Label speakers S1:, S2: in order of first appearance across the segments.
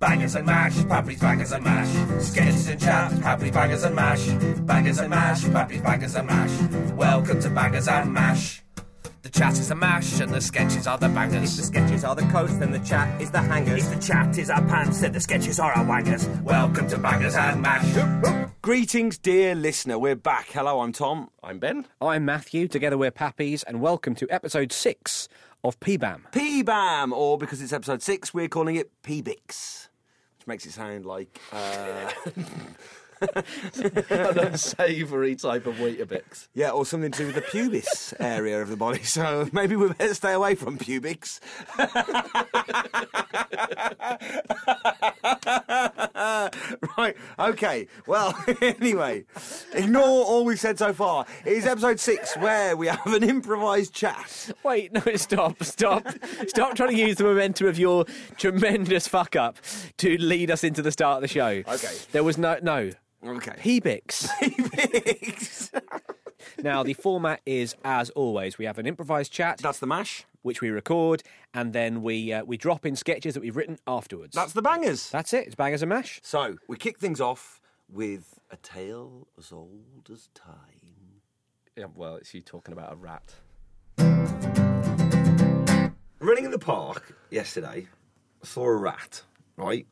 S1: Bangers and mash, puppies, bangers and mash. Sketches and chat, puppies, bangers and mash. Bangers and mash, puppies, bangers and mash. Welcome to Bangers and Mash. The chat is the mash and the sketches are the
S2: The
S1: bangers.
S2: sketches are the coats, then the chat is the hangers.
S1: the chat is our pants, then the sketches are our wangers. Welcome to Bangers and Mash.
S3: Greetings, dear listener. We're back. Hello, I'm Tom.
S4: I'm Ben.
S5: I'm Matthew. Together we're Pappies, and welcome to episode six of PBAM.
S3: PBAM, or because it's episode six, we're calling it PBIX, which makes it sound like uh,
S4: An unsavoury type of Weetabix.
S3: yeah, or something to do with the pubis area of the body. So maybe we better stay away from pubics. right. Okay. Well, anyway, ignore all we've said so far. It is episode six where we have an improvised chat.
S5: Wait, no, stop, stop, stop trying to use the momentum of your tremendous fuck up to lead us into the start of the show.
S3: Okay.
S5: There was no, no.
S3: Okay.
S5: Pebix.
S3: Pubics.
S5: now, the format is as always we have an improvised chat,
S3: That's the mash.
S5: which we record, and then we, uh, we drop in sketches that we've written afterwards.
S3: That's the bangers.
S5: That's it, it's bangers and mash.
S3: So we kick things off with a tale as old as time.
S4: Yeah, well, it's you talking about a rat.
S2: Running in the park yesterday, I saw a rat, right?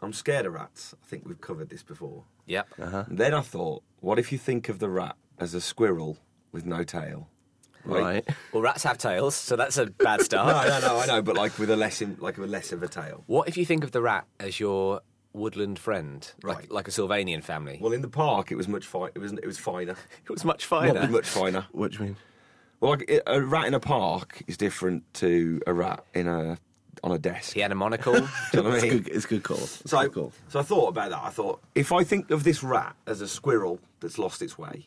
S2: I'm scared of rats. I think we've covered this before.
S4: Yep.
S2: Then I thought, what if you think of the rat as a squirrel with no tail?
S4: Right.
S6: Well, rats have tails, so that's a bad
S2: No,
S6: start.
S2: no, no, I know, but like with a less, in, like with less of a tail.
S6: What if you think of the rat as your woodland friend, like
S2: Right.
S6: like a Sylvanian family?
S2: Well, in the park, it was much fi- it was it was finer.
S6: it was much
S2: It was
S6: finer.
S2: much finer.
S4: What do you mean?
S2: Well, like i- a rat in a park is different to a rat in a on a desk.
S6: He had a monocle.
S2: Do you know what I
S4: It's
S2: mean?
S4: good, it's a good call. It's a
S2: So,
S4: good call.
S2: so I thought about that. I thought if I think of this rat as a squirrel that's lost its way,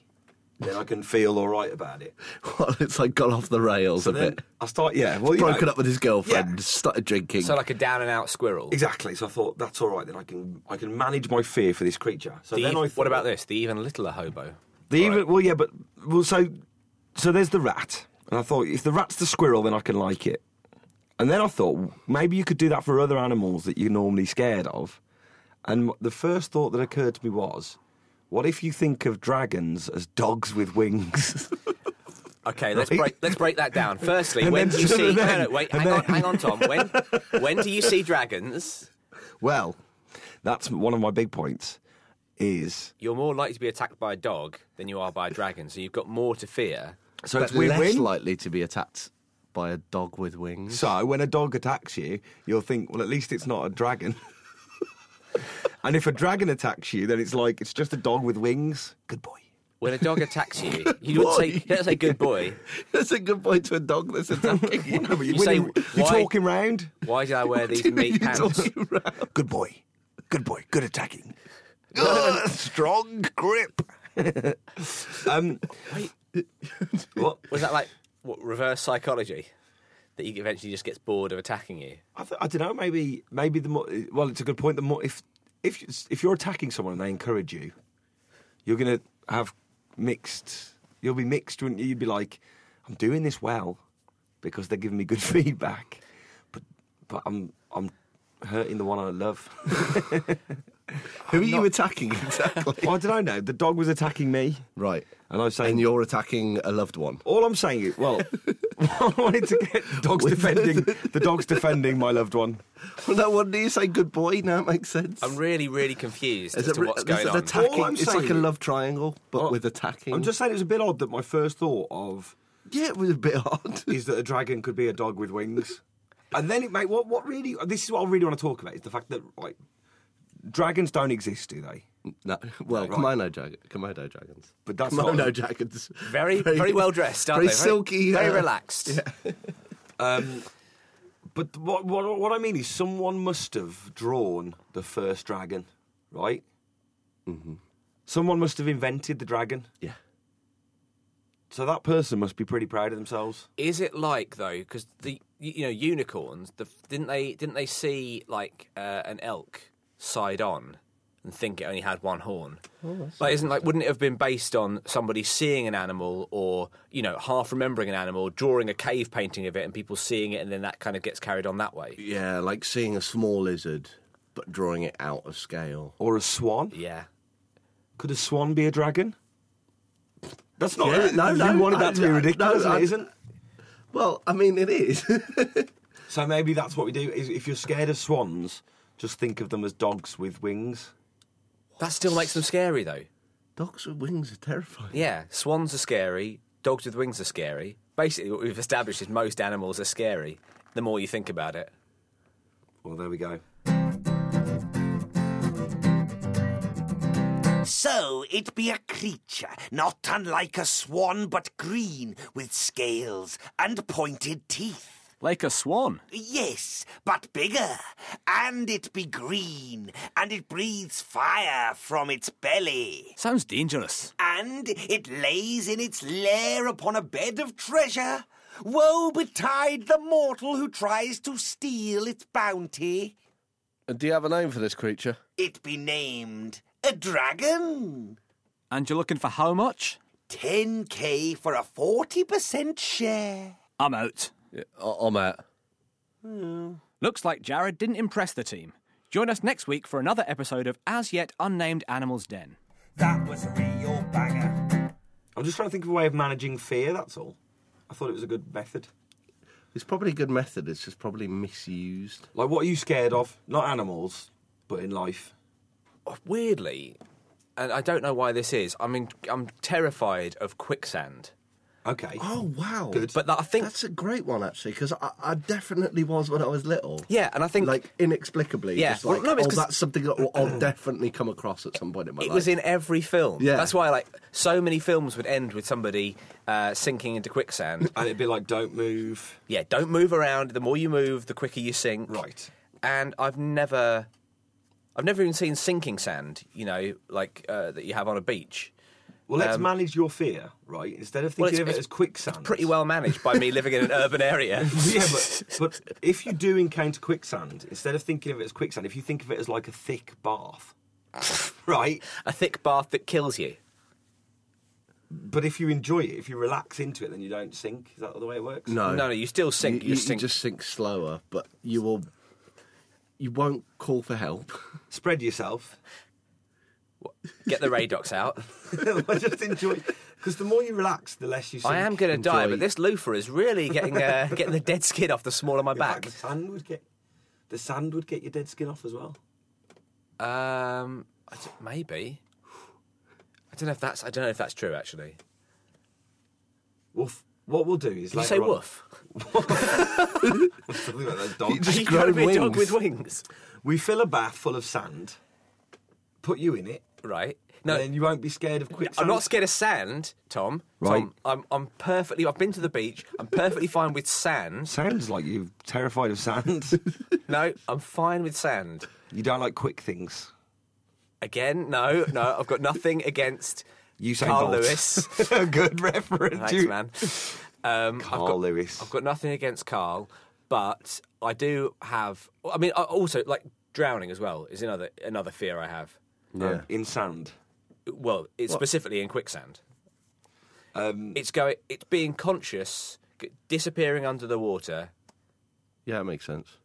S2: then I can feel all right about it.
S4: Well, it's like gone off the rails
S2: So
S4: a
S2: then
S4: bit.
S2: I start, yeah, well, you
S4: Broken
S2: know,
S4: up with his girlfriend,
S2: Yeah.
S4: started drinking.
S6: so like a down and out squirrel.
S2: exactly. So I thought that's all right. Then I can I can manage my fear for this creature. So
S6: The
S2: then
S6: ev-
S2: I thought,
S6: what about this? The even littler hobo.
S2: The even, well, yeah, but well, so so there's the rat, and I thought if the rat's the squirrel, then I can like it. And then I thought maybe you could do that for other animals that you're normally scared of. And the first thought that occurred to me was, what if you think of dragons as dogs with wings?
S6: Okay, let's
S2: Right.
S6: break let's break that down. Firstly,
S2: And
S6: when
S2: then-
S6: do you see?
S2: and
S6: no,
S2: then-
S6: no, wait,
S2: and
S6: hang on,
S2: then-
S6: hang on, Tom. When when do you see dragons?
S2: well, that's one of my big points. Is
S6: You're more likely to be attacked by a dog than you are by a dragon, so you've got more to fear.
S2: so
S4: but
S2: it's win-win.
S4: less likely to be attacked by a dog with wings.
S2: So when a dog attacks you, you'll think, well, at least it's not a dragon. and if a dragon attacks you, then it's like it's just a dog with wings. Good boy.
S6: When a dog attacks you, you wouldn't say, you don't say "good boy."
S4: that's a good point to a dog that's attacking you.
S2: No, but you,
S6: You say,
S2: you, you
S6: why-
S2: talk him round.
S6: Why did I wear these meat pants?
S2: Good boy. Good boy. Good attacking. Strong grip. um, what?
S6: Was that like what, reverse psychology? That he eventually just gets bored of attacking you.
S2: I, th- I don't know. Maybe, maybe the more. Well, it's a good point. The more if if you- if you're attacking someone and they encourage you, you're gonna have mixed. You'll be mixed, wouldn't you? You'd be like, I'm doing this well because they're giving me good feedback, but but I'm I'm hurting the one I love.
S4: Who are you attacking exactly?
S2: Why did I know? The dog was attacking me,
S4: right.
S2: and I was saying,
S4: And you're attacking a loved one.
S2: all I'm saying is, well, I wanted to get the dogs defending the dogs defending my loved one.
S4: Well, no wonder you say good boy. Now it makes sense.
S6: I'm really, really confused
S4: Is
S6: as
S4: it
S6: to
S4: re-
S6: what's
S4: is
S6: going
S4: it
S6: on.
S4: attacking-
S2: All I'm
S4: it's like a
S2: saying-
S4: love triangle, but
S2: Oh,
S4: with attacking.
S2: I'm just saying it was a bit odd that my first thought of
S4: yeah, it was a bit odd.
S2: is that a dragon could be a dog with wings. And then it mate, what what really this is what I really want to talk about is the fact that like dragons don't exist, do they?
S4: No, well, Komodo, dragon, Komodo dragons.
S2: But that's
S4: Komodo
S2: not
S4: dragons.
S6: Very, very well dressed, aren't
S4: very
S6: they?
S4: silky,
S6: very
S4: uh,
S6: relaxed.
S2: Um, But what what what I mean is someone must have drawn the first dragon, right? Mm-hmm. Someone must have invented the dragon.
S4: Yeah.
S2: So that person must be pretty proud of themselves.
S6: Is it like though? Because the you you know unicorns, the, didn't they? Didn't they see like uh, an elk side on and think it only had one horn?
S4: Oh,
S6: like, isn't like wouldn't it have been based on somebody seeing an animal or you know half remembering an animal, drawing a cave painting of it, and people seeing it, and then that kind of gets carried on that way?
S4: Yeah, like seeing a small lizard, but drawing it out of scale.
S2: Or a swan?
S6: Yeah.
S2: Could a swan be a dragon? That's not.
S4: Yeah, no,
S2: you
S4: no,
S2: wanted
S4: I-
S2: that to be
S4: no,
S2: ridiculous,
S4: I-
S2: it isn't.
S4: Well, I mean, it is.
S2: So maybe that's what we do. Is if you're scared of swans, just think of them as dogs with wings.
S6: That still makes them scary, though.
S4: Dogs with wings are terrifying.
S6: Yeah, swans are scary. Dogs with wings are scary. Basically, what we've established is most animals are scary. The more you think about it,
S2: Well, there we go.
S7: So it be a creature, not unlike a swan, but green, with scales and pointed teeth.
S5: Like a swan.
S7: Yes, but bigger. And it be green, and it breathes fire from its belly.
S5: Sounds dangerous.
S7: And it lays in its lair upon a bed of treasure. Woe betide the mortal who tries to steal its bounty.
S4: Uh, Do you have a name for this creature?
S7: It be named a dragon.
S5: And you're looking for how much?
S7: 10k for a 40% share.
S5: I'm out.
S4: I'm out.
S5: Looks like Jared didn't impress the team. Join us next week for another episode of As Yet Unnamed Animals Den.
S1: That was a real banger.
S2: I'm just trying to think of a way of managing fear. That's all. I thought it was a good method.
S4: It's probably a good method. It's just probably misused.
S2: Like, what are you scared of? Not animals, but in life.
S6: Oh, weirdly, and I don't know why this is. I mean, I'm terrified of quicksand.
S2: Okay.
S4: Oh wow!
S2: Good.
S6: But that, I think,
S4: That's a great one actually, because I, I definitely was when I was little.
S6: yeah, and I think
S4: Like inexplicably,
S6: Yeah.
S4: just
S6: Well,
S4: like
S6: no, it's
S4: oh,
S6: 'cause-
S4: that's something that I'll definitely come across at some point in my
S6: it
S4: life.
S6: was in every film.
S4: Yeah.
S6: that's why like so many films would end with somebody uh, sinking into quicksand.
S2: And it'd be like, don't move.
S6: yeah, don't move around. The more you move, the quicker you sink.
S2: Right.
S6: And I've never, I've never even seen sinking sand. You know, like uh, that you have on a beach.
S2: Well, let's
S6: Um,
S2: manage your fear, right? Instead of
S6: Well,
S2: thinking
S6: it's-
S2: of it
S6: it's-
S2: as quicksand.
S6: Pretty well managed by me living in an urban area.
S2: yeah, but, but if you do encounter quicksand, instead of thinking of it as quicksand, if you think of it as like a thick bath, right?
S6: a thick bath that kills you.
S2: But if you enjoy it, if you relax into it, then you don't sink. Is that the way it works?
S4: no,
S6: No, no, you still
S4: You,
S6: sink.
S4: you- you
S6: sink.
S4: just sink slower, but you will. You won't call for help.
S2: Spread yourself.
S6: get the radox out.
S2: just enjoy. Because the more you relax, the less you sink.
S6: I am going to die,
S4: enjoy-
S6: but this loofah is really getting uh, getting the dead skin off the small of my
S2: In fact,
S6: back.
S2: the sand would get the sand would get your dead skin off as well.
S6: Um, I d- maybe. I don't know if that's I don't know if that's true actually.
S2: Woof. What we'll do is
S6: Did you
S2: later
S6: say
S2: on-
S6: woof?
S2: Something like those dogs.
S4: Just
S6: you
S4: grow
S6: gotta be a dog
S4: wings.
S6: with wings,
S2: We fill a bath full of sand, put you in it,
S6: right? No,
S2: and then you won't be scared of quicksand.
S6: I'm not scared of sand, Tom.
S2: Right.
S6: Tom, I'm I'm perfectly. I've been to the beach. I'm perfectly fine with sand.
S2: Sounds like you're terrified of sand.
S6: No, I'm fine with sand.
S2: you don't like quick things.
S6: Again, no, no. I've got nothing against
S2: You say
S6: Carl
S2: Bolt.
S6: Lewis.
S2: Good reference.
S6: Thanks,
S2: you-
S6: man. Um,
S2: Carl
S6: I've got,
S2: Lewis.
S6: I've got nothing against Carl, but I do have. I mean, I also like drowning as well is another another fear I have.
S2: Um, in sand.
S6: Well, it's specifically in quicksand. it's going. It's being conscious, g- disappearing under the water.
S4: Yeah, it makes sense.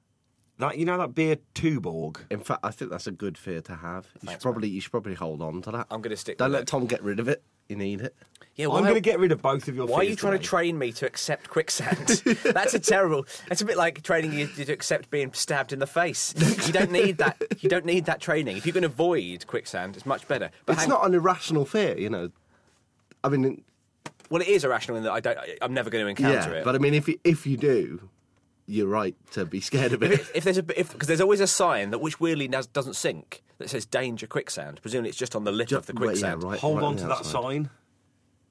S2: That you know that beer Tuborg.
S4: In fact, I think that's a good fear to have. You should probably you should probably hold on to that.
S6: I'm gonna stick
S4: Don't
S6: with
S4: let
S6: it.
S4: Tom get rid of it. You need it.
S6: Yeah,
S2: I'm going to get rid of both of your.
S6: Why are
S2: fears
S6: you trying to
S2: today.
S6: train me to accept quicksand? That's a terrible. That's a bit like training you to accept being stabbed in the face. You don't need that. You don't need that training. If you can avoid quicksand, it's much better. But
S4: It's
S6: hang-
S4: not an irrational fear, you know. I mean,
S6: Well, it is irrational in that I don't. I- I'm never going to
S4: yeah,
S6: encounter it.
S4: but I mean, if you, if you do, you're right to be scared of
S6: if,
S4: it.
S6: it- if there's a if because there's always a sign that which weirdly does, doesn't sink that says danger quicksand. Presumably it's just on the lip
S4: Ju-
S6: of the
S4: well, yeah,
S6: quicksand.
S4: right,
S2: Hold
S4: right
S2: on
S4: the
S2: to that
S4: outside.
S2: sign.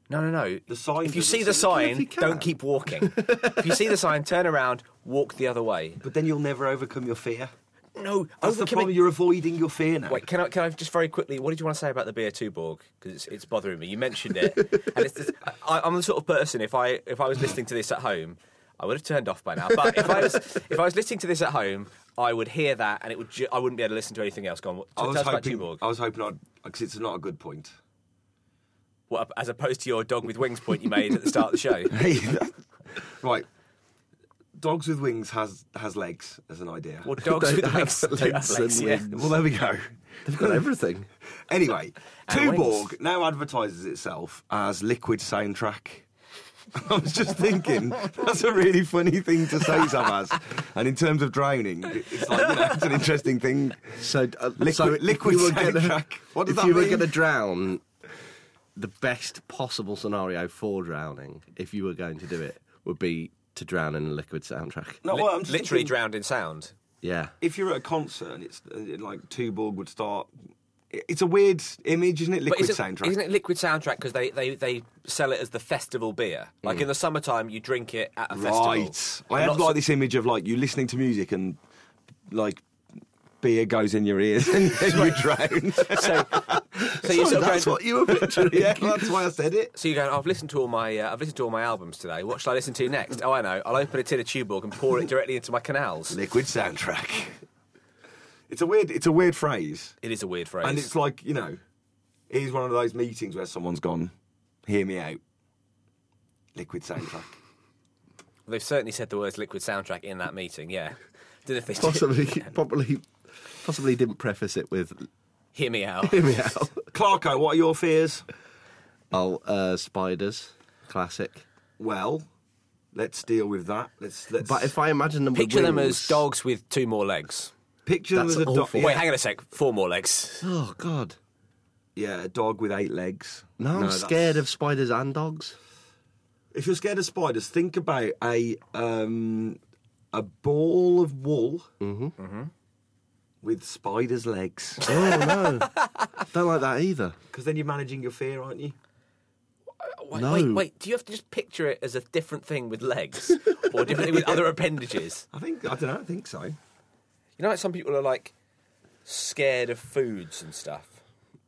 S6: No, no, no.
S2: The sign
S6: If you
S2: doesn't
S6: see the
S2: sink. Yeah,
S4: if you
S6: sign,
S4: can.
S6: don't keep walking. if you see the sign, turn around, walk the other way.
S2: But then you'll never overcome your fear.
S6: No,
S2: That's the
S6: overcoming-
S2: problem. You're avoiding your fear now.
S6: Wait, can I, can I just very quickly? What did you want to say about the beer too, Borg? Because it's, it's bothering me. You mentioned it, and it's just, I, I'm the sort of person if I if I was listening to this at home, I would have turned off by now. But if I was if I was listening to this at home, I would hear that, and it would ju- I wouldn't be able to listen to anything else. Gone. What,
S2: I
S6: tell
S2: was
S6: us about
S2: hoping.
S6: Tuborg.
S2: I was hoping I'd because it's not a good point.
S6: What, as opposed to your dog with wings point you made at the start of the show.
S2: Hey, right. dogs with wings has has legs as an idea.
S6: Well, dogs with legs.
S4: have legs
S6: legs,
S4: and
S6: yeah.
S4: wings.
S2: Well, there we go.
S4: They've got everything.
S2: Anyway,
S6: And
S2: Tuborg now advertises itself as Liquid Soundtrack. I was just thinking, that's a really funny thing to say, Savas. And in terms of drowning, it's like, you know, it's an interesting thing.
S4: So, uh,
S2: Liquid-
S4: so if
S2: liquid
S4: you were gonna-
S2: soundtrack. What does
S4: if
S2: that
S4: you were
S2: mean?
S4: going to drown, the best possible scenario for drowning, if you were going to do it, would be to drown in a liquid soundtrack.
S2: No, well, I'm just
S6: Literally
S2: thinking,
S6: drowned in sound.
S4: Yeah.
S2: If you're at a concert, and it's uh, like Tuborg would start. it- It's a weird image, isn't it? Liquid
S6: isn't,
S2: soundtrack.
S6: Isn't it liquid soundtrack because they, they, they sell it as the festival beer? Like in the summertime, you drink it at a
S2: Right.
S6: festival.
S2: I had
S6: Lots
S2: like
S6: of-
S2: this image of like you listening to music and like beer goes in your ears and then you drown.
S5: So,
S6: So you're sort of
S4: That's
S6: going-
S4: what you were picturing.
S2: yeah, that's why I said it.
S6: So you're going, I've listened to all my uh, I've listened to all my albums today. What shall I listen to next? Oh, I know. I'll open a tin of Tuborg and pour it directly into my canals.
S2: Liquid soundtrack. It's a weird. It's a weird phrase,
S6: It is a weird phrase.
S2: and it's like you know, here's one of those meetings where someone's gone, hear me out. Liquid soundtrack.
S6: They've certainly said the words liquid soundtrack in that meeting, yeah. Did if they did-
S4: Possibly, probably, possibly didn't preface it with
S6: hear me out.
S4: "Hear me out."
S2: Clarko, what are your fears?
S4: Oh, uh, spiders, classic.
S2: Well, let's deal with that. Let's let's.
S4: But if I imagine them, with
S6: Picture them as
S4: wings-
S6: dogs with two more legs.
S2: picture them
S4: That's
S2: as a dog,
S4: awful.
S2: yeah,
S6: Wait, hang on a sec. Four more legs.
S4: Oh God,
S2: yeah, a dog with eight legs.
S4: no! I'm
S2: that's-
S4: scared of spiders and dogs.
S2: If you're scared of spiders, think about a um, a ball of wool
S6: Mm-hmm.
S2: with spiders' legs.
S4: Oh no, don't like that either.
S2: Because then you're managing your fear, aren't you?
S6: Wait,
S4: No.
S6: wait, wait. Do you have to just picture it as a different thing with legs or a different thing with other appendages?
S2: I think I don't know. I think so.
S6: You know, like some people are like scared of foods and stuff,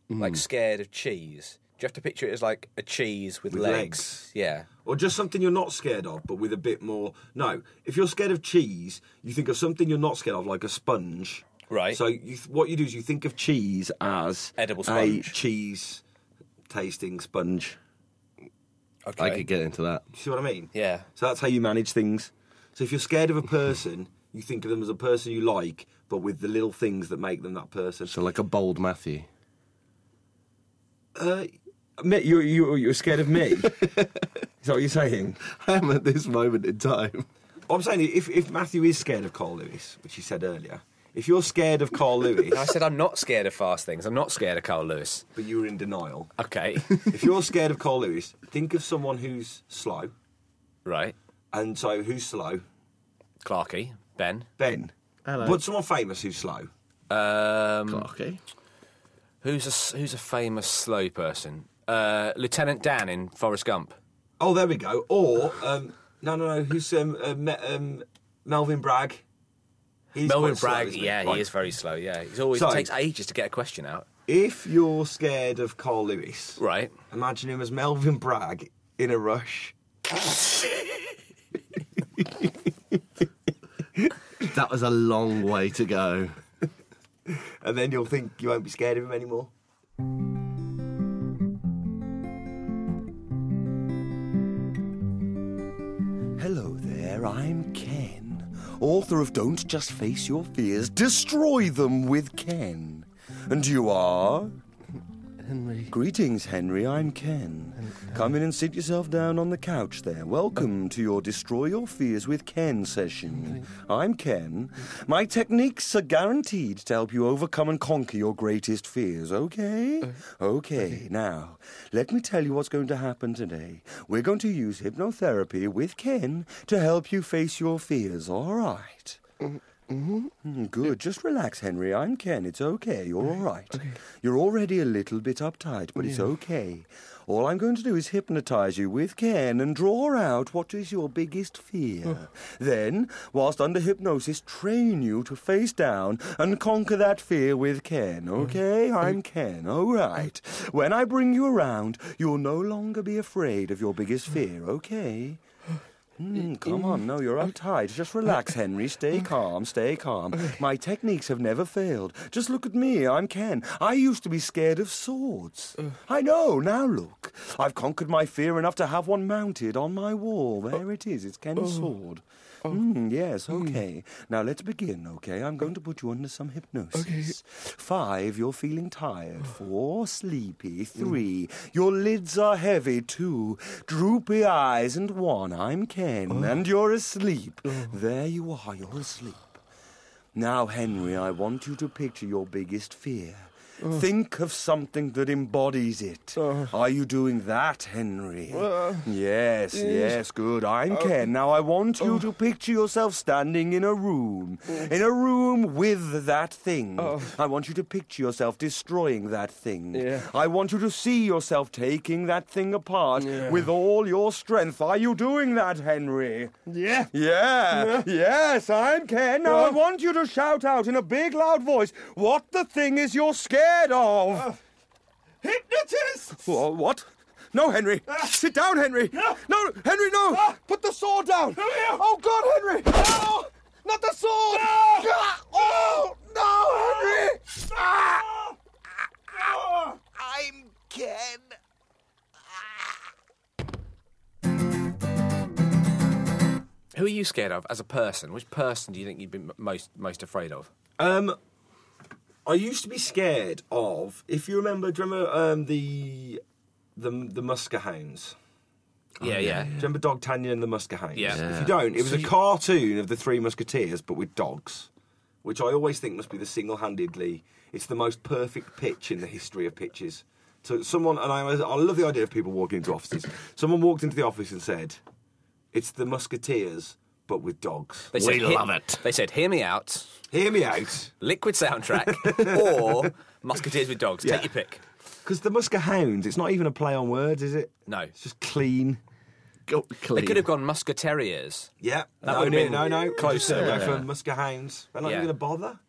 S4: Mm.
S6: like scared of cheese. Do you have to picture it as like a cheese with,
S2: With legs.
S6: legs? Yeah.
S2: Or just something you're not scared of, but with a bit more. No, if you're scared of cheese, you think of something you're not scared of, like a sponge.
S6: Right.
S2: So you th- what you do is you think of cheese as
S6: Edible
S2: a
S6: sponge.
S2: cheese tasting sponge.
S6: Okay.
S4: I could get into that.
S2: You see what I mean?
S6: Yeah.
S2: So that's how you manage things. So if you're scared of a person, you think of them as a person you like, but with the little things that make them that person.
S4: So like a bold Matthew.
S2: uh, me, you, you, you're scared of me? Is that what you're saying?
S4: I am at this moment in time.
S2: What I'm saying is, if, if Matthew is scared of Carl Lewis, which he said earlier, if you're scared of Carl Lewis,
S6: And I said I'm not scared of fast things. I'm not scared of Carl Lewis.
S2: but you were in denial,
S6: Okay.
S2: if you're scared of Carl Lewis, think of someone who's slow.
S6: right.
S2: And so, who's slow?
S6: Clarky, Ben.
S2: Ben. Hello. But someone famous who's slow.
S6: Um,
S4: Okay.
S6: who's a s- who's a famous slow person? Uh, Lieutenant Dan in Forrest Gump.
S2: Oh, there we go. Or um, no, no, no. Who's um, uh, Me- um, Melvin Bragg? He's
S6: Melvin
S2: quite slow,
S6: Bragg.
S2: isn't he?
S6: yeah,
S2: Right.
S6: he is very slow. Yeah, he's always
S2: So-
S6: takes ages to get a question out.
S2: If you're scared of Carl Lewis,
S6: Right.
S2: imagine him as Melvin Bragg in a rush.
S4: That was a long way to go.
S2: and then you'll think you won't be scared of him anymore.
S7: Hello there, I'm Ken, author of Don't Just Face Your Fears, Destroy Them with Ken. And you are?
S4: Henry.
S7: Greetings, Henry, I'm Ken. Come in and sit yourself down on the couch there. Welcome to your Destroy Your Fears with Ken session. I'm Ken. My techniques are guaranteed to help you overcome and conquer your greatest fears, okay? Uh, Okay, now, let me tell you what's going to happen today. We're going to use hypnotherapy with Ken to help you face your fears, all right? Mm, Good. Just relax, Henry. I'm Ken. It's okay. You're all right. You're already a little bit uptight, but it's okay. All I'm going to do is hypnotize you with Ken and draw out what is your biggest fear. Then, whilst under hypnosis, train you to face down and conquer that fear with Ken, okay? I'm Ken. All right. When I bring you around, you'll no longer be afraid of your biggest fear, okay? Mm, come on, no, you're uptight. Just relax, Henry. Stay calm, stay calm. My techniques have never failed. Just look at me, I'm Ken. I used to be scared of swords. I know, now look. I've conquered my fear enough to have one mounted on my wall. There it is, it's Ken's sword. Hmm, yes, okay. Now let's begin, okay? I'm going to put you under some hypnosis. Five, you're feeling tired. Four, sleepy. Three, your lids are heavy. Two, droopy eyes. And one, I'm Ken, and you're asleep. There you are, you're asleep. Now, Henry, I want you to picture your biggest fear. Think of something that embodies it.
S5: Uh.
S7: Are you doing that, Henry? yes, yes, good.
S5: Uh.
S7: I'm Ken. Now I want
S5: Oh.
S7: you to picture yourself standing in a room.
S5: Mm.
S7: In a room with that thing. I want you to picture yourself destroying that thing.
S5: Oh. Yeah.
S7: I want you to see yourself taking that thing apart with all your strength. Are you doing that, Henry?
S5: Yeah.
S7: Yeah. Yes, I'm Ken. Now I want you to shout out in a big, loud voice what the thing is you're scared of. Uh, hypnotist! what? No, Henry. Sit down, Henry. No, Henry, no. Put the sword down. Oh, God, Henry. No, not the sword. Ah, Oh, no, Henry. Ah. Ah. I'm Ken.
S6: Who are you scared of as a person? Which person do you think you'd be m- most most afraid of?
S2: Um, I used to be scared of. If you remember, do you remember um, the the the Musker Hounds?
S6: yeah, yeah,
S2: Do you remember Dog Tanya and the Musker Hounds?
S6: Yeah.
S2: If you don't, it was a cartoon of the Three Musketeers, but with dogs, which I always think must be the single-handedly. It's the most perfect pitch in the history of pitches. So someone, and I, always- I love the idea of people walking into offices. Someone walked into the office and said, "It's the Musketeers, but with dogs."
S6: They said, we love it. They said, "Hear me out,
S2: Hear me out.
S6: Liquid soundtrack, or Musketeers with dogs.
S2: Yeah.
S6: Take your pick."
S2: Because the Musker Hounds, it's not even a play on words, is it?
S6: No.
S2: It's just clean.
S4: Go
S6: They
S4: clean.
S6: could have gone Musketeers.
S2: Yeah.
S6: That
S2: no,
S6: would've
S2: no,
S6: been
S2: no, no.
S6: closer,
S2: Just
S6: wouldn't
S2: Go for Musker Hounds. They're not
S6: Yeah.
S2: even going to bother.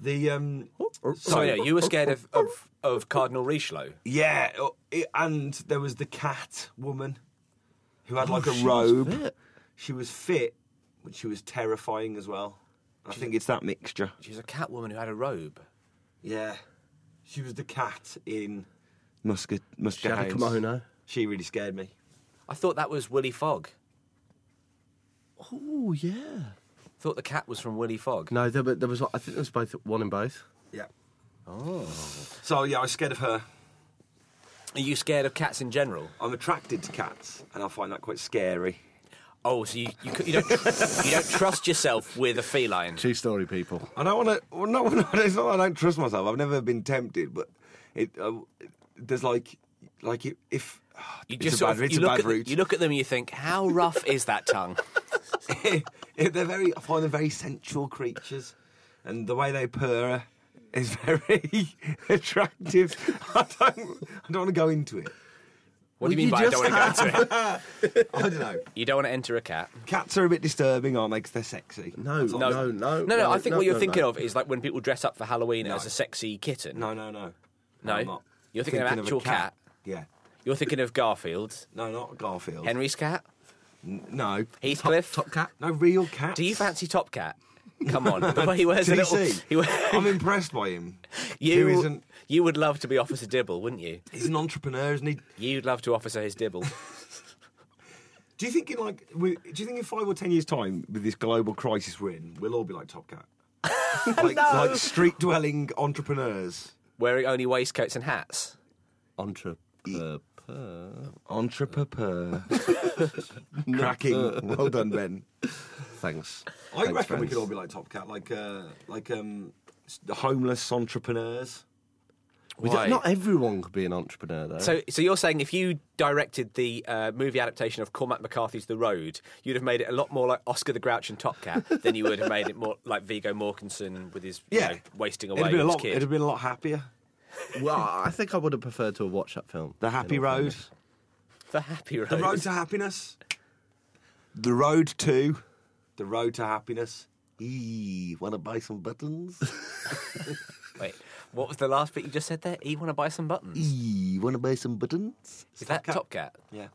S2: The, um.
S6: So yeah, you were scared of of, of Cardinal Richelieu.
S2: Yeah. uh, it- and there was the cat woman who had like a robe. She was fit, but she was terrifying as well. I think it's that mixture.
S6: She's a cat woman who had a robe.
S2: Yeah. She was the cat in Musker, Musker
S4: She had a
S2: Hounds.
S4: kimono.
S2: She really scared me.
S6: I thought that was Willy Fogg.
S4: Oh yeah.
S6: Thought the cat was from Willy Fogg.
S4: No, there, but there was. I think there was both one in both.
S2: Yeah. Oh. So yeah, I was scared of her.
S6: Are you scared of cats in general?
S2: I'm attracted to cats, and I find that quite scary.
S6: Oh, so you you, c- you don't tr- you don't trust yourself with a feline.
S4: True story, people.
S2: I don't want to. Well, no, no, it's not. that I don't trust myself. I've never been tempted, but it. Uh, it- there's like, like it, if
S6: You
S2: it's
S6: just
S2: a
S6: sort
S2: bad,
S6: of-
S2: it's a
S6: you look
S2: bad
S6: at the-
S2: route.
S6: you look at them and you think, how rough is that tongue?
S2: If they're very. I find them very sensual creatures, and the way they purr is very attractive. I don't. I don't want to go into it.
S6: What do you mean by I don't want to go into it?
S2: I don't know.
S6: You don't want to enter a cat.
S2: Cats are a bit disturbing, aren't they? 'cause they're sexy.
S4: No, no, no, no.
S6: No, no, I think what you're
S4: no,
S6: thinking
S4: no.
S6: of is like when people dress up for Halloween as a sexy kitten.
S2: No, no, no.
S6: No?
S2: I'm not.
S6: You're thinking of
S2: a
S6: actual cat.
S2: Yeah.
S6: You're thinking of Garfield,
S2: No, not Garfield.
S6: Henry's cat,
S2: No.
S6: Heathcliff.
S4: Top cat.
S2: No real cat.
S6: Do you fancy Top Cat? Come on, the way he wears a
S2: Did he
S6: little.
S2: see?
S6: He, wears-
S2: I'm impressed by him.
S6: you,
S2: Who isn't?
S6: you would love to be Officer Dibble, wouldn't you?
S2: He's an entrepreneur, isn't he?
S6: You'd love to officer his Dibble.
S2: Do you think in like, we, do you think in five or ten years' time, with this global crisis we're in, we'll all be like Top Cat, like, like street-dwelling entrepreneurs?
S6: Wearing only waistcoats and hats.
S4: Entrepreneur.
S2: Entrepreneur. Cracking. Well done, Ben.
S4: Thanks.
S2: I
S4: Thanks,
S2: reckon we
S4: friends.
S2: could all be like Top Cat, like uh, like um, s- homeless entrepreneurs.
S4: We don't- Not everyone could be an entrepreneur, though.
S6: So, so you're saying if you directed the uh, movie adaptation of Cormac McCarthy's The Road, you'd have made it a lot more like Oscar the Grouch and Top Cat than you would have made it more like Vigo Mortensen with his you
S2: Yeah.
S6: know, wasting away
S2: It'd have been a
S6: with his
S2: lot.
S6: kid.
S2: It'd have been a lot happier.
S4: well, I think I would have preferred to have watched that film.
S2: The Happy
S4: in all
S2: Road.
S4: fairness.
S6: The Happy Road.
S2: The road to happiness. The road to. The road to happiness. Eee, want to buy some buttons?
S6: Wait, what was the last bit you just said there? E want to buy some buttons?
S2: Eee, want to buy some buttons?
S6: Is that Top Cat?
S2: Yeah.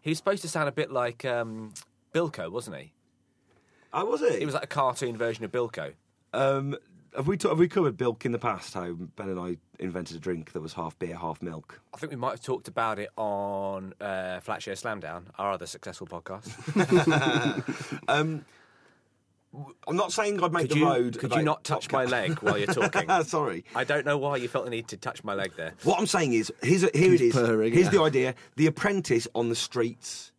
S6: He was supposed to sound a bit like um, Bilko, wasn't he?
S2: I was it.
S6: He was like a cartoon version of Bilko.
S2: Um, Have we, ta- have we covered Bilk in the past? How Ben and I invented a drink that was half beer, half milk.
S6: I think we might have talked about it on uh, Flatshare Slamdown, our other successful podcast.
S2: Um, w- I'm not saying I'd make
S6: could
S2: the
S6: you,
S2: road.
S6: could
S2: about
S6: you not touch my
S2: podcast.
S6: leg while you're talking?
S2: Sorry.
S6: I don't know why you felt the need to touch my leg there.
S2: What I'm saying is, here's a, here it is.
S4: He's purring,
S2: here's the
S4: yeah.
S2: idea: the apprentice on the streets,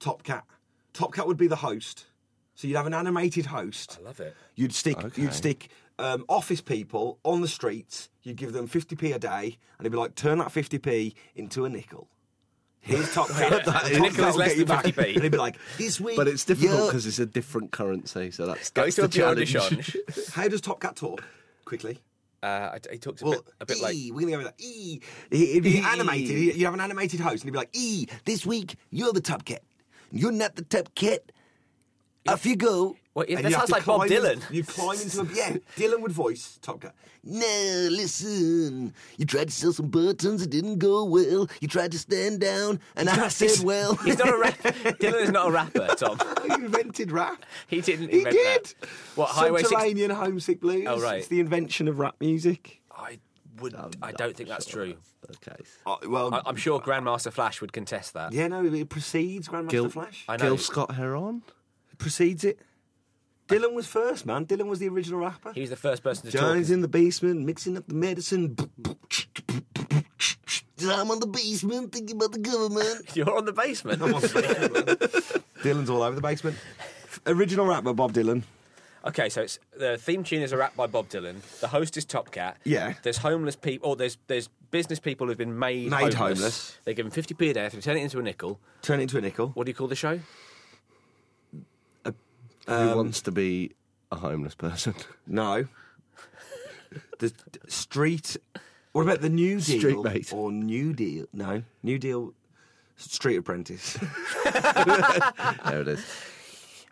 S2: Top Cat. Top Cat would be the host, so you'd have an animated host.
S6: I love it.
S2: You'd stick
S4: Okay.
S2: you'd stick um, office people on the streets. You'd give them 50p a day, and it'd be like turn that 50p into a nickel. Here's Top Cat. Top
S6: nickel is
S2: Cat will
S6: less
S2: get you
S6: than
S2: back.
S6: 50p.
S2: And it'd be like this week.
S4: But it's difficult
S2: you're-
S4: because it's a different currency, so that's,
S6: Go
S4: that's
S6: to
S4: the
S6: a pure
S4: challenge.
S2: how does Top Cat talk? Quickly.
S6: Uh, I- he talks a
S2: Well,
S6: bit, a bit like
S2: "Ee," we're gonna go with that. E. It'd be
S6: Ee.
S2: animated. You have an animated host, and he'd be like, "E, this week you're the top cat. You're not the top cat. Off you go."
S6: Well, yeah,
S2: And
S6: that
S2: you have
S6: sounds
S2: to
S6: like Bob
S2: climb in-
S6: Dylan.
S2: you climb into a yeah. Dylan would voice Top Cat. No, listen. You tried to sell some buttons. It didn't go well. You tried to stand down, and I said, "Well."
S6: he's not a rap- Dylan is not a rapper, Tom.
S2: He invented rap.
S6: He didn't.
S2: He
S6: invent
S2: did.
S6: That. What Highway Six?
S2: Subterranean homesick blues.
S6: Oh, right.
S2: It's the invention of rap music.
S6: I would. I don't think that's true.
S4: Okay.
S6: Uh,
S2: well,
S6: I, I'm sure Grandmaster Flash would contest that.
S2: Yeah, no, it precedes Grandmaster
S4: Gil,
S2: Flash.
S6: I know.
S4: Gil Scott Heron?
S2: It precedes it. Dylan was first, man. Dylan was the original rapper.
S6: He was the first person to talk.
S2: Johnny's in the basement, mixing up the medicine. I'm on the basement, thinking about the government.
S6: You're on the basement.
S2: Dylan's all over the basement. Original rapper Bob Dylan.
S6: okay, so it's the theme tune is a rap by Bob Dylan. The host is Top Cat.
S2: Yeah.
S6: There's homeless people. Or there's there's business people who've been made
S2: Made
S6: homeless.
S2: homeless.
S6: They give them 50p a day. If they turn it into a nickel,
S2: Turn it into a nickel.
S6: what do you call the show?
S2: Um,
S4: Who wants to be a homeless person?
S2: No. the d- street. What about the New Deal?
S4: Street mate.
S2: Or New Deal? No, New Deal. Street Apprentice.
S4: there it is.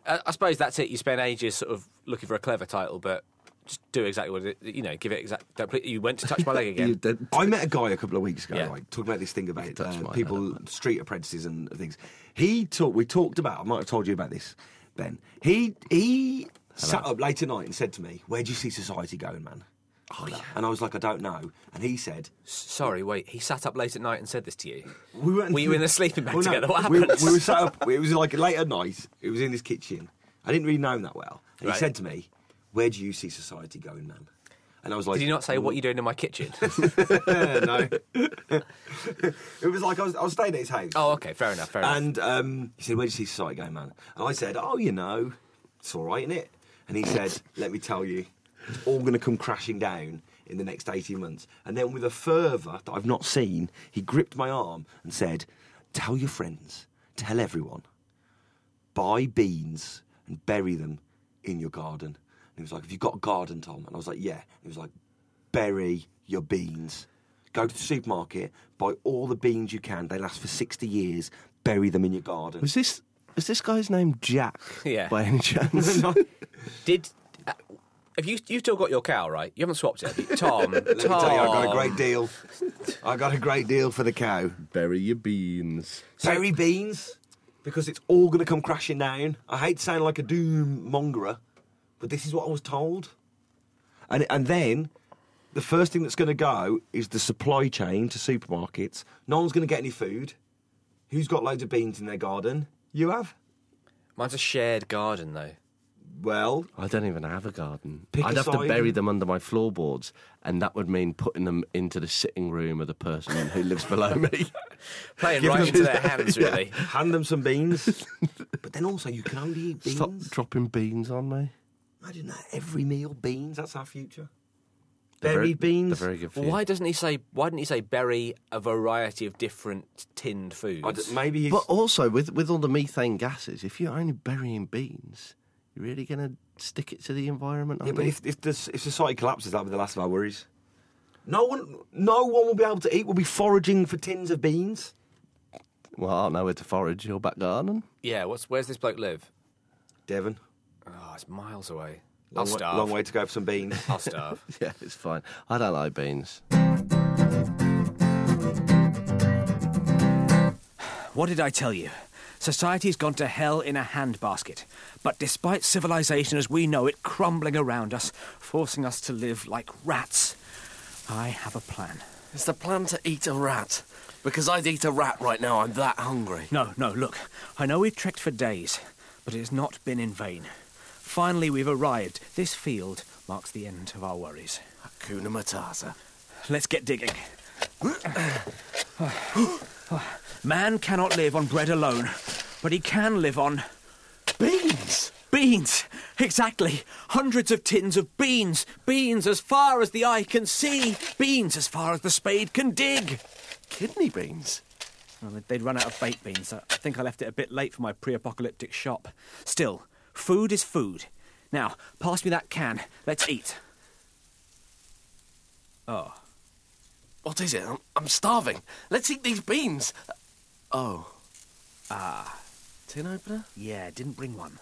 S6: I, I suppose that's it. You spend ages sort of looking for a clever title, but just do exactly what it, you know. Give it exact. Don't, pl- you went to touch my leg
S4: You
S6: again.
S4: did.
S2: I met a guy a couple of weeks ago,
S6: Yeah.
S2: like talking about this thing about
S4: touch
S2: uh,
S4: mine, I
S2: people, street apprentices and things. He talked. We talked about. I might have told you about this, Ben. He he sat up late at night and said to me, "Where do you see society going, man?" Oh, yeah. And I was like, "I don't know." And he said,
S6: Sorry, wait. He sat up late at night and said this to you.
S2: "We weren't."
S6: Were you in the sleeping bag
S2: Well, no,
S6: together? What
S2: we,
S6: happened?
S2: we were sat up. It was like late at night. It was in his kitchen. I didn't really know him that well. And
S6: Right.
S2: He said to me, "Where do you see society going, man?" And I was like,
S6: Did you not say what you're doing in my kitchen?
S2: no. it was like I was, I was staying at his house.
S6: oh, okay. Fair enough. Fair enough.
S2: And um, he said, Where do you see society going, man? And I said, Oh, you know, it's all right, isn't it? And he said, Let me tell you, it's all going to come crashing down in the next 18 months. And then, with a fervour that I've not seen, he gripped my arm and said, Tell your friends, tell everyone, buy beans and bury them in your garden. And he was like, Have you got a garden, Tom? And I was like, Yeah. he was like, Bury your beans. Go to the supermarket, buy all the beans you can. They last for 60 years. Bury them in your garden.
S4: Was this was this guy's name Jack?
S6: Yeah.
S4: By any chance?
S6: Did uh, have you you still got your cow right? You haven't swapped it, have you? Tom. Let Tom.
S2: Let me tell you, I got a great deal. I got a great deal for the cow.
S4: Bury your beans.
S2: Bury beans because it's all going to come crashing down. I hate to sound like a doom mongerer, but this is what I was told. And and then the first thing that's going to go is the supply chain to supermarkets. No one's going to get any food. Who's got loads of beans in their garden? You have.
S6: Mine's a shared garden though.
S2: Well,
S4: I don't even have a garden.
S2: Pick a
S4: I'd have
S2: side.
S4: to bury them under my floorboards, and that would mean putting them into the sitting room of the person who lives below me.
S6: Playing right into their hands, really.
S2: hand them some beans. but then also, you can only eat beans.
S4: Stop dropping beans on me.
S2: Imagine that every meal, beans. That's our future.
S4: They're
S2: Berry
S4: very-
S2: beans.
S4: They're very good for
S6: Well,
S4: you.
S6: why doesn't he say? Why didn't he say bury a variety of different tinned foods?
S2: I d- maybe he's.
S4: But also with with all the methane gases, if you're only burying beans, you're really going to stick it to the environment.
S2: Yeah,
S4: Aren't
S2: but
S4: you?
S2: if if, the, if society collapses, that'll be the last of our worries. No one, no one will be able to eat. We'll be foraging for tins of beans.
S4: well, I don't know where to forage your back garden.
S6: yeah. What's where's this bloke live?
S2: Devon,
S6: Oh, it's miles away.
S2: long,
S6: I'll
S2: wa-
S6: starve.
S2: long way to go for some beans.
S6: I'll starve.
S4: Yeah, it's fine. I don't like beans.
S5: What did I tell you? Society's gone to hell in a handbasket. But despite civilization as we know it crumbling around us, forcing us to live like rats, I have a plan.
S8: It's the plan to eat a rat. Because I'd eat a rat right now, I'm that hungry.
S5: No, no, look. I know we've trekked for days, but it has not been in vain. Finally, we've arrived. This field marks the end of our worries.
S8: Hakuna Matata.
S5: Let's get digging. Man cannot live on bread alone, but he can live on. Beans! Beans! Exactly! Hundreds of tins of beans! Beans as far as the eye can see! Beans as far as the spade can dig!
S8: Kidney beans.
S5: Well, they'd- they'd run out of baked beans. I I think I left it a bit late for my pre apocalyptic shop. Still, food is food. Now, pass me that can. Let's eat. Oh.
S8: What is it? I'm, I'm starving. Let's eat these beans. Oh. Ah. Tin opener?
S5: Ah. Yeah, didn't bring one.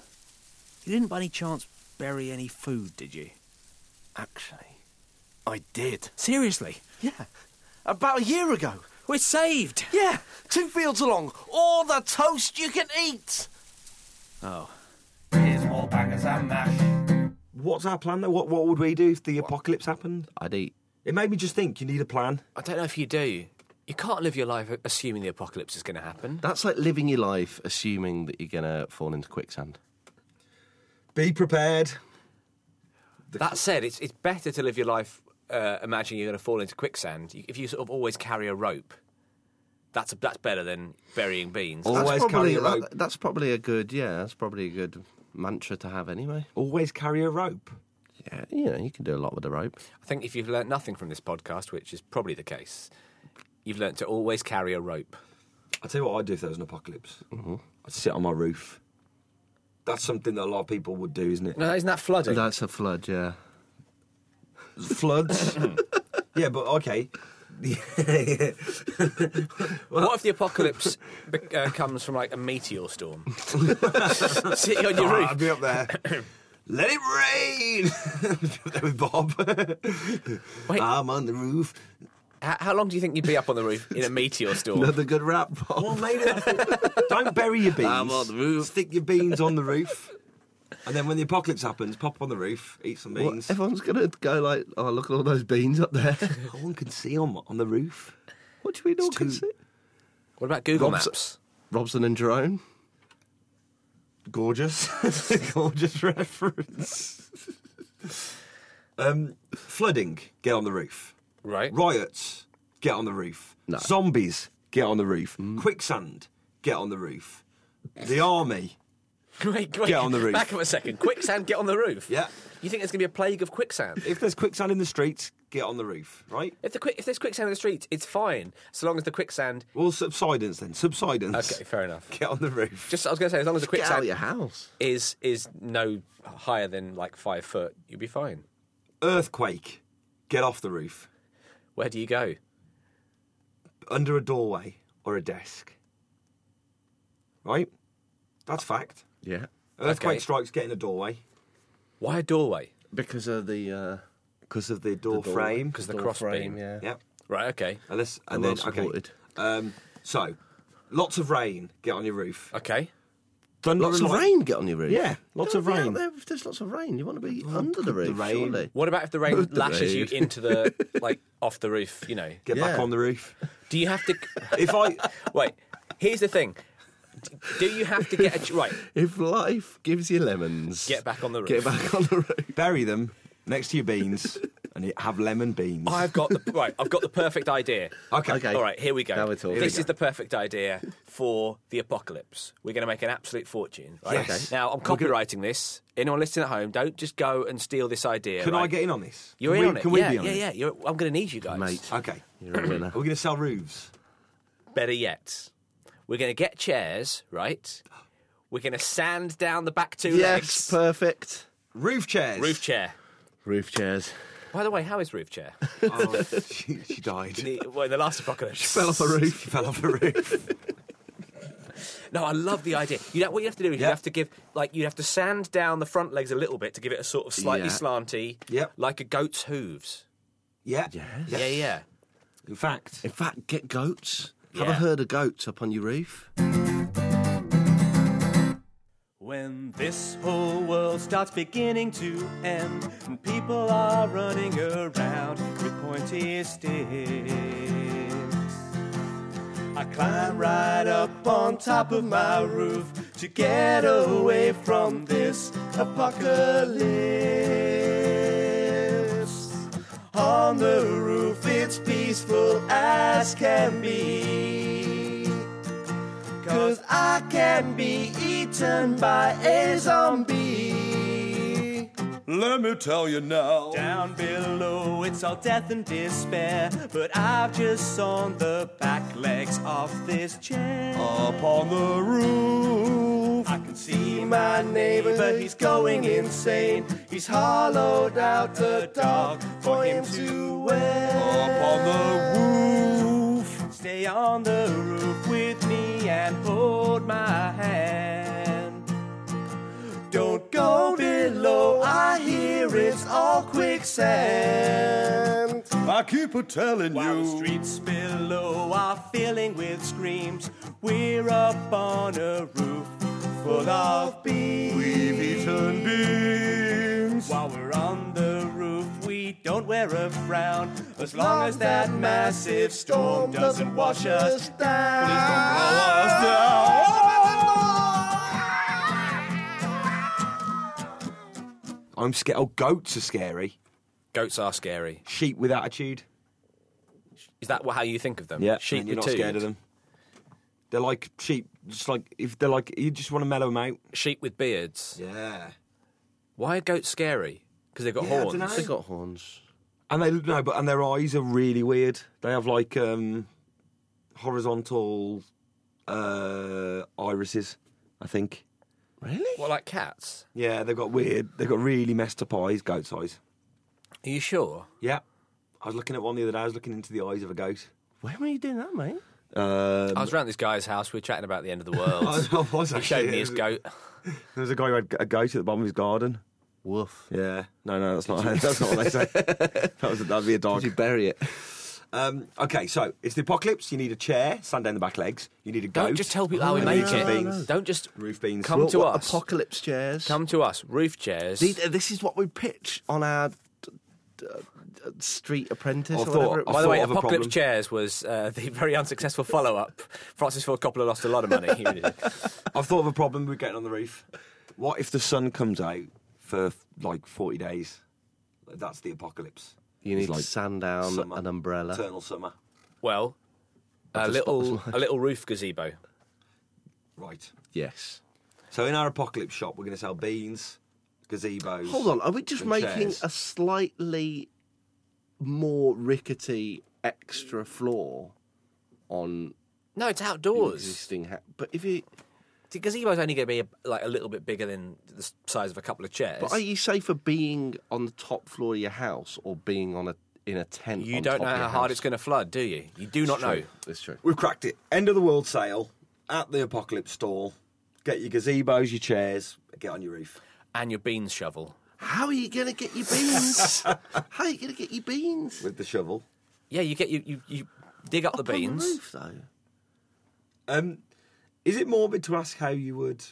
S5: You didn't by any chance bury any food, did you?
S8: Actually, I did.
S5: Seriously?
S8: Yeah. About a year ago.
S5: We're saved!
S8: Yeah. Two fields along. All the toast you can eat.
S5: Oh.
S1: Here's more bangers and mash.
S2: What's our plan though? What what would we do if the apocalypse happened?
S4: I'd eat.
S2: It made me just think. You need a plan.
S6: I don't know if you do. You can't live your life assuming the apocalypse is going to happen.
S4: That's like living your life assuming that you're gonna fall into quicksand.
S2: Be prepared.
S6: That said, it's it's better to live your life uh, imagining you're going to fall into quicksand. You- If you sort of always carry a rope, that's that's better than burying beans.
S2: Always
S4: that's
S2: carry
S4: probably,
S2: a rope.
S4: that- that's probably a good. Yeah, that's probably a good mantra to have anyway.
S2: Always carry a rope.
S4: Yeah, you know, you can do a lot with a rope.
S6: I think if you've learnt nothing from this podcast, which is probably the case, you've learnt to always carry a rope.
S2: I tell you what I'd do if there was an apocalypse.
S6: Mm-hmm.
S2: I'd sit on my roof. That's something that a lot of people would do, isn't it?
S6: No, isn't that flooding?
S4: That's a flood. Yeah.
S2: Floods. yeah, but okay.
S6: what if the apocalypse be- uh, comes from like a meteor storm? Sitting on your
S2: I'd
S6: roof.
S2: be up there. Let it rain. I'd be up there with Bob.
S6: Wait.
S2: I'm on the roof.
S6: How, how long do you think you'd be up on the roof in a meteor storm?
S4: Another good rap.
S2: Well, maybe that's the- don't bury your beans.
S4: I'm on the roof.
S2: Stick your beans on the roof, and then when the apocalypse happens, pop up on the roof, eat some beans.
S4: Everyone's gonna go like, oh, look at all those beans up there.
S2: No one can see on on the roof.
S4: what do we all can
S2: too-
S4: see?
S6: What about Google
S4: Rob's-
S6: Maps?
S4: Robson and Jerome.
S2: Gorgeous, gorgeous reference. um, flooding, get on the roof.
S6: Right.
S2: Riots, get on the roof.
S4: No.
S2: Zombies, get on the roof. Quicksand, get on the roof. The army,
S6: Wait, wait,
S2: Get on the roof.
S6: Back up a second. Quicksand, get on the roof.
S2: Yeah.
S6: You think there's going to be a plague of quicksand?
S2: if there's quicksand in the streets, get on the roof. Right.
S6: If, the quick, if there's quicksand in the streets, it's fine, so long as the quicksand.
S2: Well, subsidence then. Subsidence.
S6: Okay, fair enough.
S2: Get on the roof.
S6: Just I was going to say, as long as the
S4: Get out
S6: quicksand
S4: your house.
S6: is is no higher than like five foot, you'll be fine.
S2: Earthquake. Get off the roof.
S6: Where do you go?
S2: Under a doorway or a desk. Right? That's fact.
S4: Yeah.
S2: Earthquake
S6: Okay.
S2: strikes, get in a doorway.
S6: Why a doorway?
S4: Because of the uh,
S2: Because of the door frame.
S6: Because the
S4: door
S6: crossbeam.
S4: frame, yeah.
S2: Yeah.
S6: Right. Okay.
S2: Unless,
S4: And
S2: and then,
S4: well
S2: okay.
S4: supported.
S2: Um, so, lots of rain, get on your roof.
S6: Okay.
S2: Thunder
S4: Lots
S2: and
S4: of
S2: light-
S4: rain get on your roof.
S2: Yeah, lots
S4: Don't
S2: of
S4: be out
S2: rain.
S4: there if there's lots of rain, you want to be under Oh, the roof,
S2: rain.
S4: surely.
S6: What about if the rain
S4: The
S6: lashes you
S4: rain.
S6: into the like off the roof? You know,
S2: Get back
S4: Yeah.
S2: on the roof.
S6: do you have to?
S2: If I.
S6: Wait. Here's the thing. Do you have to get a right?
S4: If life gives you lemons,
S6: Get back on the roof.
S4: Get back on the roof.
S2: bury them next to your beans and you have lemon beans.
S6: I've got the right. I've got the perfect idea.
S2: Okay.
S4: Okay.
S6: All right, here we go.
S4: Now we're talking.
S6: This
S4: Here we
S6: is the perfect idea for the apocalypse. We're going to make an absolute fortune. Right?
S2: Yes. Okay.
S6: Now I'm copywriting this. Anyone listening at home, don't just go and steal this idea.
S2: Can I
S6: right?
S2: get in on this?
S6: You're
S2: can
S6: in
S2: we,
S6: on it.
S2: Can we
S6: yeah,
S2: be on
S6: yeah,
S2: it?
S6: yeah. You're, I'm going to need you guys.
S4: Mate.
S2: Okay.
S4: You're a winner.
S2: Are we going to sell roofs?
S6: Better yet, we're going to get chairs. Right. We're going to sand down the back two legs.
S4: yes, perfect.
S2: Roof chairs.
S6: Roof chair.
S4: Roof chairs.
S6: By the way, how is roof chair?
S2: Oh, she, she died.
S6: The, well, in the last apocalypse.
S4: Fell off a roof.
S2: She fell off a roof.
S6: No, I love the idea. You know, what you have to do is you
S2: Yeah.
S6: have to give, like, you have to sand down the front legs a little bit to give it a sort of slightly
S4: Yeah.
S6: slanty,
S2: Yep.
S6: like a goat's hooves.
S2: Yeah.
S4: Yes.
S6: Yeah, yeah.
S2: In fact,
S4: In fact, get goats. Have
S6: Yeah.
S4: a herd of goats up on your roof.
S9: When this whole world starts beginning to end, and people are running around with pointy sticks, I climb right up on top of my roof to get away from this apocalypse. On the roof, it's peaceful as can be. Cause I can be eaten by a zombie.
S7: Let me tell you now.
S9: Down below, it's all death and despair. But I've just sawn the back legs off this chair.
S7: Up on the roof.
S9: I can see my neighbor, but he's going insane. He's hollowed out the dog for him to wear.
S7: Up on the roof.
S9: Stay on the roof with me and hold my hand. Don't go below, I hear it's all quicksand.
S7: I keep a telling
S9: While the
S7: you.
S9: streets below are filling with screams, we're up on a roof full of bees.
S7: We've eaten beans.
S9: While we're on the roof, we don't wear a frown as long as that massive storm doesn't wash us down. Please don't blow us
S2: I'm scared. Oh, goats are scary.
S6: Goats are scary.
S2: Sheep with attitude.
S6: Is that wha- how you think of them? Sheep
S2: and you're
S6: with
S2: not
S6: two.
S2: scared of them. They're like sheep. Just like if they're like you just want to mellow them out.
S6: Sheep with beards.
S2: Yeah.
S6: Why are goats scary? Because they've got
S2: Yeah, I
S6: horns.
S2: dunno.
S4: They got horns.
S2: And they no, but and their eyes are really weird. They have like um horizontal uh irises, I think.
S6: What, like cats?
S2: Yeah, they've got weird. They've got really messed up eyes, goat's eyes.
S6: Are you sure?
S2: Yeah. I was looking at one the other day. I was looking into the eyes of a goat.
S4: Where were you doing that, mate?
S2: Um,
S6: I was round this guy's house. We were chatting about the end of the world.
S2: I was
S6: he Oh, showed
S2: actually-
S6: me his goat.
S2: There was a guy who had a goat at the bottom of his garden.
S4: Woof.
S2: Yeah. No, no, that's not. That's not what they say. that was, that'd be a dog.
S4: Did you bury it?
S2: Um, okay, so it's the apocalypse. You need a chair, sand down the back legs. You need a goat.
S6: Don't just tell people how we
S2: and
S6: make
S2: roof
S6: it.
S2: Beans.
S6: Don't just
S2: Roof beans.
S6: Come
S2: Well,
S6: to
S2: what-
S6: us.
S4: Apocalypse chairs.
S6: Come to us. Roof chairs.
S4: These- uh, this is what we pitch on our d- d- uh, street apprentice.
S2: I
S4: or
S2: thought-
S4: whatever it
S2: I
S4: was.
S6: By the way,
S2: thought of a
S6: Apocalypse
S2: problem.
S6: Chairs was uh, the very unsuccessful follow up. Francis Ford Coppola lost a lot of money. He really did.
S2: I've thought of a problem with getting on the roof. What if the sun comes out for like forty days? That's the apocalypse.
S4: you need
S2: It's like
S4: to sand down
S2: summer,
S4: an umbrella.
S2: Eternal summer.
S6: well, a
S4: just thought
S6: little, a little roof gazebo.
S2: Right.
S4: Yes.
S2: So in our apocalypse shop, we're going to sell beans, gazebos.
S4: Hold on, oh. are we just
S2: and
S4: making
S2: chairs.
S4: a slightly more rickety extra floor on
S6: No, it's
S4: the
S6: outdoors.
S4: existing house? But if you,
S6: The gazebo's only going to be a, like a little bit bigger than the s- size of a couple of chairs.
S4: but are you safer being on the top floor of your house or being on a in a tent?
S6: you
S4: on
S6: don't
S4: top
S6: know
S4: of your
S6: how hard
S4: house?
S6: it's going to flood, do you? You do not
S4: It's
S6: know.
S4: true, It's true.
S2: We've cracked it. End of the world sale at the apocalypse stall. Get your gazebos, your chairs. Get on your roof.
S6: And your beans shovel.
S4: How are you going to get your beans? how are you going to get your beans?
S2: with the shovel.
S6: Yeah, you get you you, you dig up the
S4: Up on
S6: beans.
S4: the roof, though.
S2: Um, is it morbid to ask how you would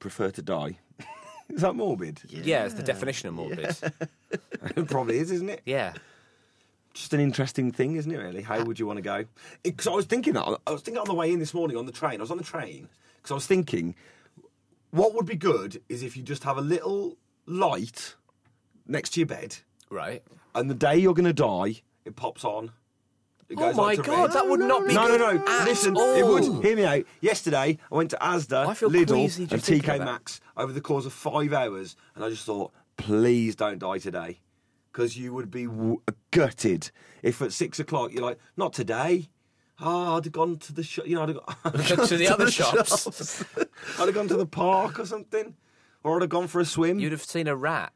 S2: prefer to die? is that morbid?
S6: Yeah, it's the definition of morbid. Yeah.
S2: it probably is, isn't it? Just an interesting thing, isn't it? Really, how would you want to go? Because I was thinking that I was thinking on the way in this morning on the train. I was on the train because I was thinking what would be good is if you just have a little light next to your bed,
S6: Right.
S2: and the day you're going to die, it pops on. It
S6: Oh
S2: goes
S6: my
S2: like to
S6: god,
S2: red.
S6: that would not be
S2: No, no,
S6: good
S2: no.
S6: at
S2: Listen,
S6: all.
S2: it would. Hear me out. Yesterday, I went to Asda,
S6: I feel
S2: Lidl,
S6: queasy
S2: and
S6: just thinking
S2: TK
S6: about
S2: Maxx over the course of five hours, and I just thought, please don't die today, because you would be w- gutted if at six o'clock you're like, not today. Oh, I'd have gone to the shop. You know, I'd have, gone, I'd, have gone
S6: to the other shops.
S2: I'd have gone to the park or something, or I'd have gone for a swim.
S6: You'd have seen a rat.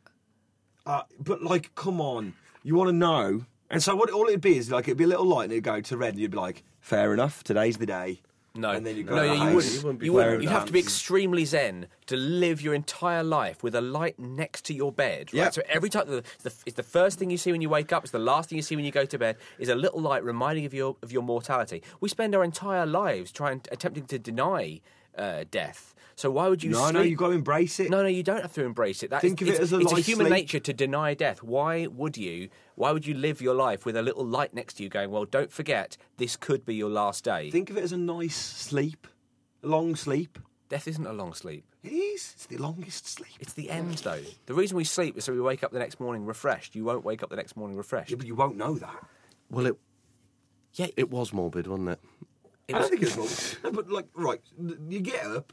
S2: Uh, but like, come on, you want to know. And so what? All it'd be is like it'd be a little light, and it'd go to red, and you'd be like, "Fair enough, today's the day."
S6: No,
S2: and then you go.
S6: no,
S2: to the
S6: you
S2: house.
S6: wouldn't. You wouldn't. You
S2: Fair
S6: would have to be
S2: enough.
S6: extremely zen to live your entire life with a light next to your bed. Right.
S2: Yep.
S6: So every time, the, the, it's the first thing you see when you wake up. It's the last thing you see when you go to bed. Is a little light reminding of your of your mortality. We spend our entire lives trying attempting to deny uh, death. So why would you?
S2: No,
S6: sleep?
S2: no, you've got to embrace it.
S6: No, no, you don't have to embrace it. That
S2: Think
S6: is-
S2: of it
S6: it's,
S2: as a
S6: it's
S2: life
S6: human
S2: sleep.
S6: nature to deny death. Why would you? Why would you live your life with a little light next to you going, "Well, don't forget, this could be your last day."
S2: Think of it as a nice sleep, a long sleep.
S6: death isn't a long sleep.
S2: It is. It's the longest sleep.
S6: It's the end, though. The reason we sleep is so we wake up the next morning refreshed. You won't wake up the next morning refreshed.
S2: Yeah, but you won't know that.
S4: Well, it
S6: Yeah,
S4: it was morbid, wasn't it?
S6: it
S2: I
S6: was-
S2: don't think it's wrong. No, but like, right, th- you get up,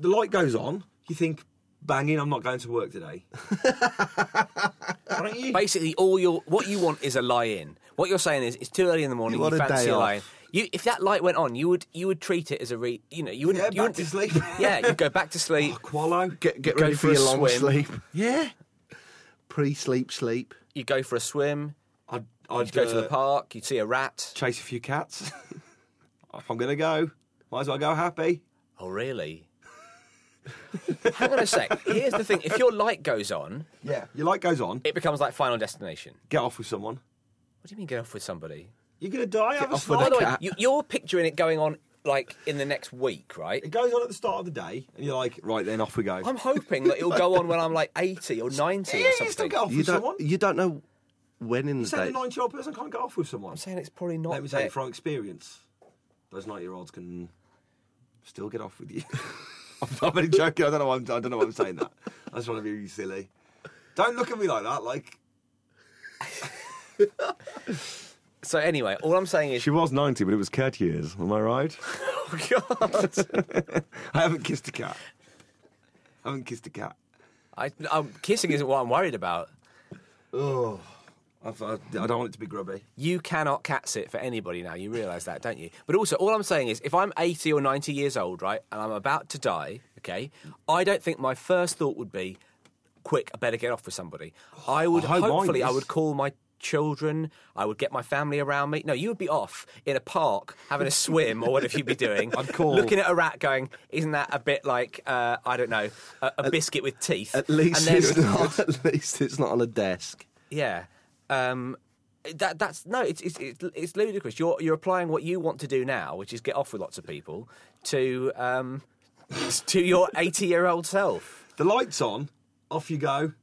S2: the light goes on, you think, banging, I'm not going to work today. Aren't you?
S6: basically all your what you want is a lie in. What you're saying is it's too early in the morning.
S7: You
S6: You,
S7: want a
S6: fancy
S7: day
S6: a
S7: off.
S6: lie. in. You if that light went on, you would you would treat it as a re. You know you wouldn't.
S2: Yeah,
S6: you
S2: back
S6: wouldn't
S2: to
S6: be-
S2: sleep.
S6: yeah, you go back to sleep.
S2: Qualo.
S4: Get get
S6: Go
S4: ready
S6: for
S4: for,
S6: a
S4: your long
S6: swim.
S4: sleep,
S2: Yeah.
S4: pre-sleep sleep.
S6: You go for a swim.
S2: I'd,
S6: You'd
S2: I'd
S6: go to
S2: uh,
S6: the park. You'd see a rat.
S2: chase a few cats. if I'm going to go, might as well go happy.
S6: Oh really? Hang on a sec. Here's the thing: if your light goes on,
S2: Yeah. Your light goes on,
S6: it becomes like Final Destination.
S2: get off with someone.
S6: What do you mean get off with somebody?
S2: You're going to die, have a
S4: off with
S2: snipe.
S6: By the way,
S4: cat.
S6: you, you're picturing it going on like in the next week, right?
S2: It goes on at the start of the day, and you're like, right then, off we go.
S6: I'm hoping that it'll go on when I'm like 80 or 90
S2: yeah,
S6: or
S2: you still
S6: something.
S2: get off
S4: You
S2: with
S4: don't
S2: someone.
S4: you don't know when in the
S2: Say
S4: day.
S2: the 90 year old person can't get off with someone.
S6: I'm saying it's probably not.
S2: Let me tell you
S6: there.
S2: from experience, those 90 year olds can still get off with you. I'm, i joking. I don't know why I'm, I don't know why I'm saying that. I just want to be really silly. Don't look at me like that. Like
S6: So anyway, all I'm saying is,
S2: was 90, but it was cat years. Am I right?
S6: oh God,
S2: I haven't kissed a cat. I haven't kissed a cat.
S6: I, I'm, kissing isn't what I'm worried about.
S2: Oh, I've, I, I don't want it to be grubby.
S6: You cannot cat sit for anybody now. You realise that, don't you? But also, all I'm saying is, if I'm 80 or 90 years old, right, and I'm about to die, okay, I don't think my first thought would be, "Quick, I better get off with somebody." I would
S2: I hope mine
S6: hopefully, I
S2: is.
S6: would call my children. I would get my family around me. No, you would be off in a park having a swim or whatever you'd be doing. I'd
S2: call-
S6: looking at a rat, going, "Isn't that a bit like uh, I don't know, a, a biscuit with teeth?"
S4: At least
S6: And then-
S4: it's not. At least it's not on a desk.
S6: yeah. Um, that that's no, it's it's it's, it's ludicrous. You're you're applying what you want to do now, which is get off with lots of people, to um, to your eighty year old self.
S2: The light's on. Off you go.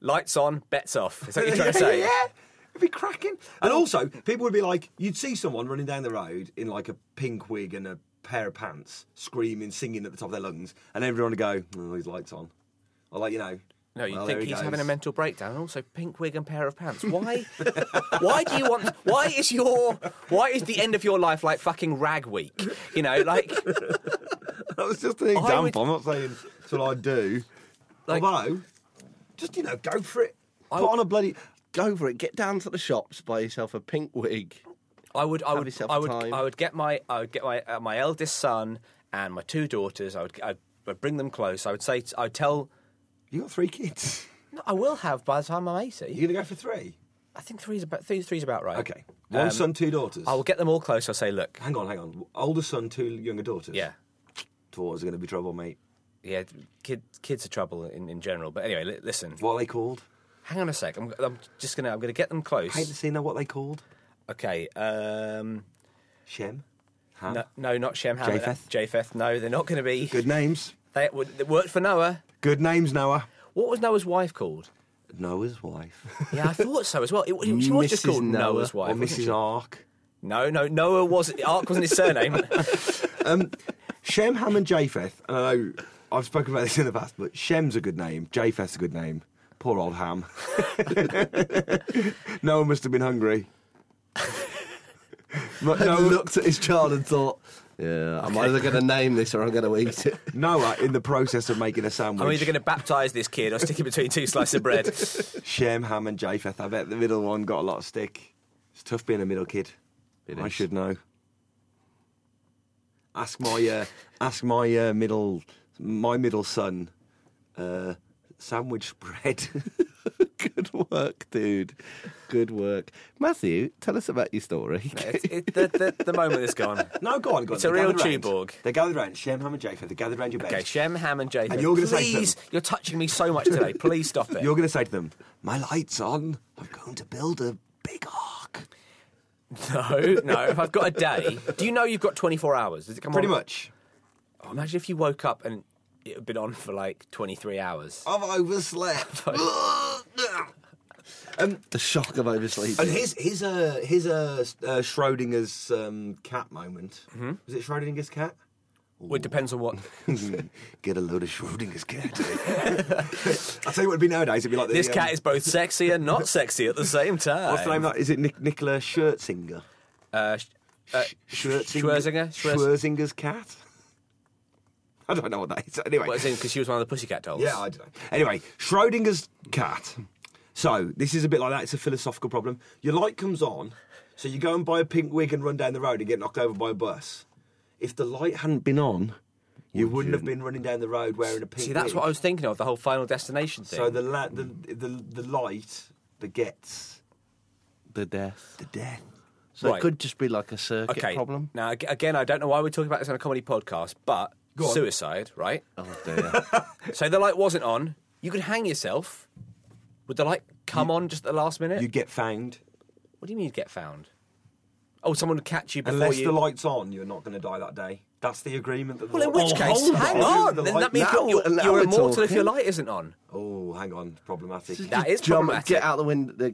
S6: Lights on, bets off. Is that what you're trying to say?
S2: Yeah, it'd be cracking. And also, people would be like, you'd see someone running down the road in like a pink wig and a pair of pants, screaming, singing at the top of their lungs, and everyone would go, "Oh, his lights on," or like you know.
S6: No, you
S2: "Well, there
S6: think
S2: he
S6: he's having a
S2: goes."
S6: mental breakdown, and also pink wig and pair of pants. Why? why do you want? Why is your? Why is the end of your life like fucking rag week? You know, like
S2: That was just an example.
S6: would-
S2: I'm not saying it's what I do.
S6: Like-
S2: Although, just you know, go for it.
S6: I-
S2: Put on a bloody.
S4: Go for it. Get down to the shops. Buy yourself a pink wig.
S6: I would, I
S4: Have
S6: would,
S4: yourself
S6: I
S4: a
S6: would,
S4: time.
S6: I would get my, I would get my, uh, my eldest son and my two daughters. I would, I would bring them close. I would say, t- I would tell,
S2: You got three kids.
S6: no, I will have by the time I'm eighty.
S2: You gonna go for three?
S6: I think three's about three, three's about right.
S2: Okay, one
S6: Um,
S2: son, two daughters.
S6: I will get them all close. I'll say, look,
S2: Hang on, hang on. Older son, two younger daughters.
S6: yeah,
S2: daughters are gonna be trouble, mate.
S6: yeah, kid, kids are trouble in, in general. But anyway, li- listen,
S2: What are they called?
S6: hang on a sec. I'm, I'm just gonna, I'm gonna get them
S2: Paint the
S6: close.
S2: scene. Know what they called?
S6: Okay. Um,
S2: Shem. Ham.
S6: no, no, not Shem. Ham,
S2: Japheth?
S6: Japheth. No, they're not going to be.
S2: Good names.
S6: They, would- they worked for Noah.
S2: Good names, Noah.
S6: What was Noah's wife called?
S2: Noah's wife.
S6: Yeah, I thought so as well. It, it- she was just
S4: Mrs.
S6: called
S4: Noah
S6: Noah's wife.
S2: or
S6: wasn't she?
S2: Mrs. Ark.
S6: No, no, Noah wasn't. Ark wasn't his surname.
S2: Shem, Ham, and Japheth. And I know I've spoken about this in the past, but Shem's a good name. Japheth's a good name. Poor old Ham. Noah must have been hungry. But
S4: And
S2: Noah,
S4: looked at his child and thought, "Yeah, I'm either going to name this or I'm going to eat it."
S2: Noah, in the process of making a sandwich,
S6: I'm either going to baptise this kid or stick him between two slices of bread.
S2: Shem, Ham, and Japheth. I bet the middle one got a lot of stick. It's tough being a middle kid.
S4: It
S2: I
S4: is.
S2: should know. Ask my uh, ask my uh, middle my middle son uh, sandwich spread.
S4: Good work, dude. Good work, Matthew. Tell us about your story.
S6: It- it- the, the, the moment is gone.
S2: no, go on, go on.
S6: It's a
S2: They're
S6: real
S2: gathered round.
S6: Tuborg.
S2: They're gathered round. Shem, Ham, and Japheth. They're gathered round your bed.
S6: Okay, Shem, Ham, and Japheth.
S2: And you're gonna say
S6: please,
S2: something.
S6: you're touching me so much today. Please stop it.
S2: You're going to say to them, "My lights on. I'm going to build a big ark."
S6: No, no. If I've got a day, do you know you've got 24 hours? Does it come
S2: Pretty
S6: on?
S2: much.
S6: Oh, imagine if you woke up and it had been on for like 23 hours.
S2: I've overslept.
S4: The shock of oversleeping.
S2: and here's here's a here's a uh, Schrodinger's um, cat moment.
S6: Mm-hmm.
S2: Was it Schrodinger's cat?
S6: Well, it depends on what.
S2: Get a load of Schrodinger's cat. I tell you what it'd be nowadays. It'd be like the,
S6: This
S2: um,
S6: cat is both sexy and not sexy at the same time.
S2: What's the name? Of that? Is it Nic- Nicola Scherzinger?
S6: Uh, sh- uh,
S2: Scherzinger.
S6: Schwerzinger? Schwerz-
S2: Schwerzinger's cat. I don't know what that is. Anyway,
S6: well, as in, because she was one of the Pussycat dolls.
S2: Yeah, I don't know. Anyway, Schrodinger's cat. So this is a bit like that. It's a philosophical problem. Your light comes on, so you go and buy a pink wig and run down the road and get knocked over by a bus. If the light hadn't been on, you wouldn't have been running down the road wearing a pink.
S6: See, that's
S2: wig.
S6: what I was thinking of, the whole Final Destination thing.
S2: So the, la- the the the light that gets
S4: the death.
S2: the death.
S4: So
S6: Right.
S4: it could just be like a circuit
S6: okay.
S4: problem.
S6: Now, ag- again, I don't know why we're talking about this on a comedy podcast, but
S2: on.
S6: suicide, right?
S4: Oh dear.
S6: So the light wasn't on. You could hang yourself. Would the light come on just at the last minute?
S2: You get found
S6: what do you mean you'd get found? Oh, someone would catch you before
S2: unless
S6: you.
S2: the light's on. You're not going to die that day. That's the agreement that. The
S6: well, in
S2: light-
S6: which
S2: Oh,
S6: case,
S2: hold
S6: hang
S2: The
S6: on. Then
S2: light-
S6: that means
S4: now-
S6: you're, you're,
S4: now
S6: you're
S4: we're
S6: immortal if
S4: talking.
S6: your light isn't on.
S2: Oh, hang on, problematic.
S6: That is
S4: jump,
S6: problematic.
S4: Get out the window.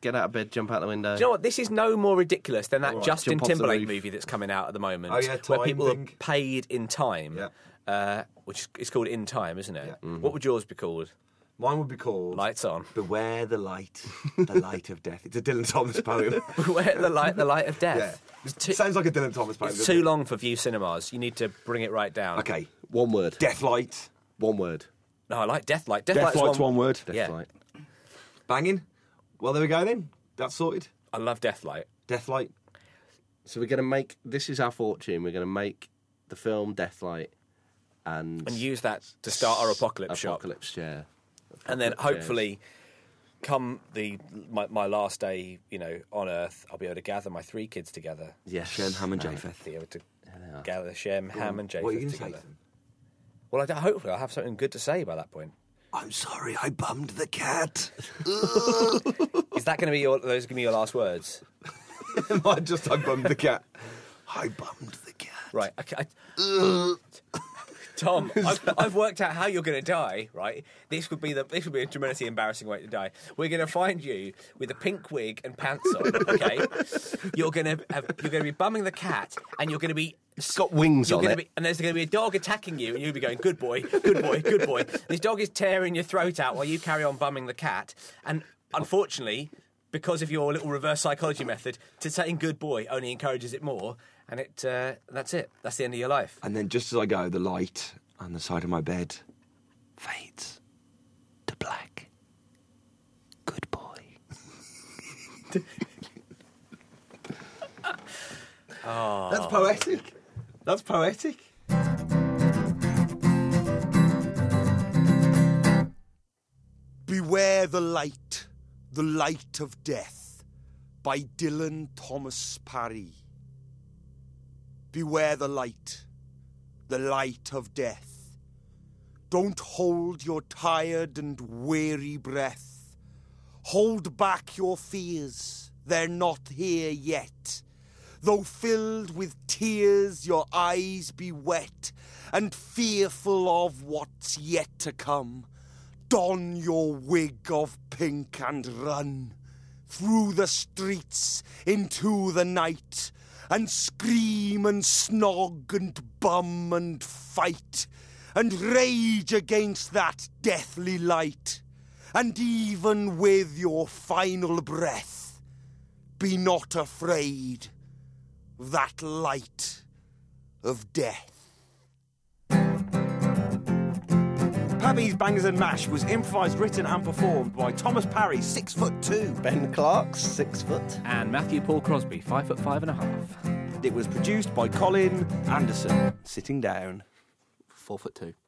S4: Get out of bed. Jump out the window.
S6: Do you know what? This is no more ridiculous than that Justin
S4: jump off the
S6: Timberlake
S4: roof.
S6: movie that's coming out at the moment,
S2: Oh, yeah,
S6: where
S2: Time
S6: people
S2: thing.
S6: are paid in time,
S2: Yeah.
S6: uh, which is it's called In Time, isn't it?
S2: Yeah.
S6: What would yours be called?
S2: Mine would be called
S6: Lights on.
S2: Beware the light, the light of death. It's a Dylan Thomas poem.
S6: Where the light, the light of
S2: yeah.
S6: death. It's too,
S2: Sounds like a Dylan Thomas poem.
S6: it's
S2: doesn't
S6: too
S2: it?
S6: long for View Cinemas. You need to bring it right down.
S2: Okay.
S4: One word.
S2: Death light.
S4: One word.
S6: No, I like Deathlight. Deathlight's
S2: Death light's one, word.
S4: Death
S6: Yeah.
S4: light.
S2: Banging. Well, there we go then. That's sorted.
S6: I love Deathlight.
S2: Death light.
S4: So we're gonna make. This is our fortune. We're gonna make the film Deathlight and
S6: And use that to start our apocalypse, shop.
S4: apocalypse chair.
S6: And then
S4: Apocalypse
S6: hopefully, come the my, my last day, you know, on Earth, I'll be able to gather my three kids together.
S4: Yes.
S2: Shem, Ham and
S4: Um,
S2: Japheth.
S6: Be able to gather Shem, Ham, and Japheth
S2: What are you going to say?
S6: together.
S2: to them?
S6: Well, I don't- hopefully I'll have something good to say by that point.
S2: I'm sorry, I bummed the cat.
S6: Is that going to be your? Those going to be your last words?
S2: I just I bummed the cat. I bummed the cat.
S6: Right. Okay. I- Tom, I've, I've worked out how you're going to die. Right. This would be the. This would be a tremendously embarrassing way to die. We're going to find you with a pink wig and pants on. Okay. You're going to have. You're going to be bumming the cat, and you're going to be.
S4: It's got wings
S6: You're
S4: on
S6: gonna
S4: it.
S6: be, and there's going to be a dog attacking you, and you'll be going, "Good boy, good boy, good boy." this dog is tearing your throat out while you carry on bumming the cat. And unfortunately, because of your little reverse psychology method, to saying "good boy" only encourages it more, and it uh, that's it. That's the end of your life.
S2: And then just as I go, the light on the side of my bed fades to black. Good boy. That's poetic. That's poetic.
S3: Beware the Light, The Light of Death by Dylan Thomas Parry. Beware the light, the light of death. Don't hold your tired and weary breath. Hold back your fears, they're not here yet. Though filled with tears, your eyes be wet and fearful of what's yet to come. Don your wig of pink and run through the streets into the night and scream and snog and bum and fight and rage against that deathly light. And even with your final breath, be not afraid of that light of death.
S2: Pappy's Bangers and Mash was improvised, written, and performed by Thomas Parry, six foot two.
S4: Ben Clark's six foot.
S5: And Matthew Paul Crosby, five foot five and a half.
S2: It was produced by Colin Anderson. Sitting down.
S8: Four foot two.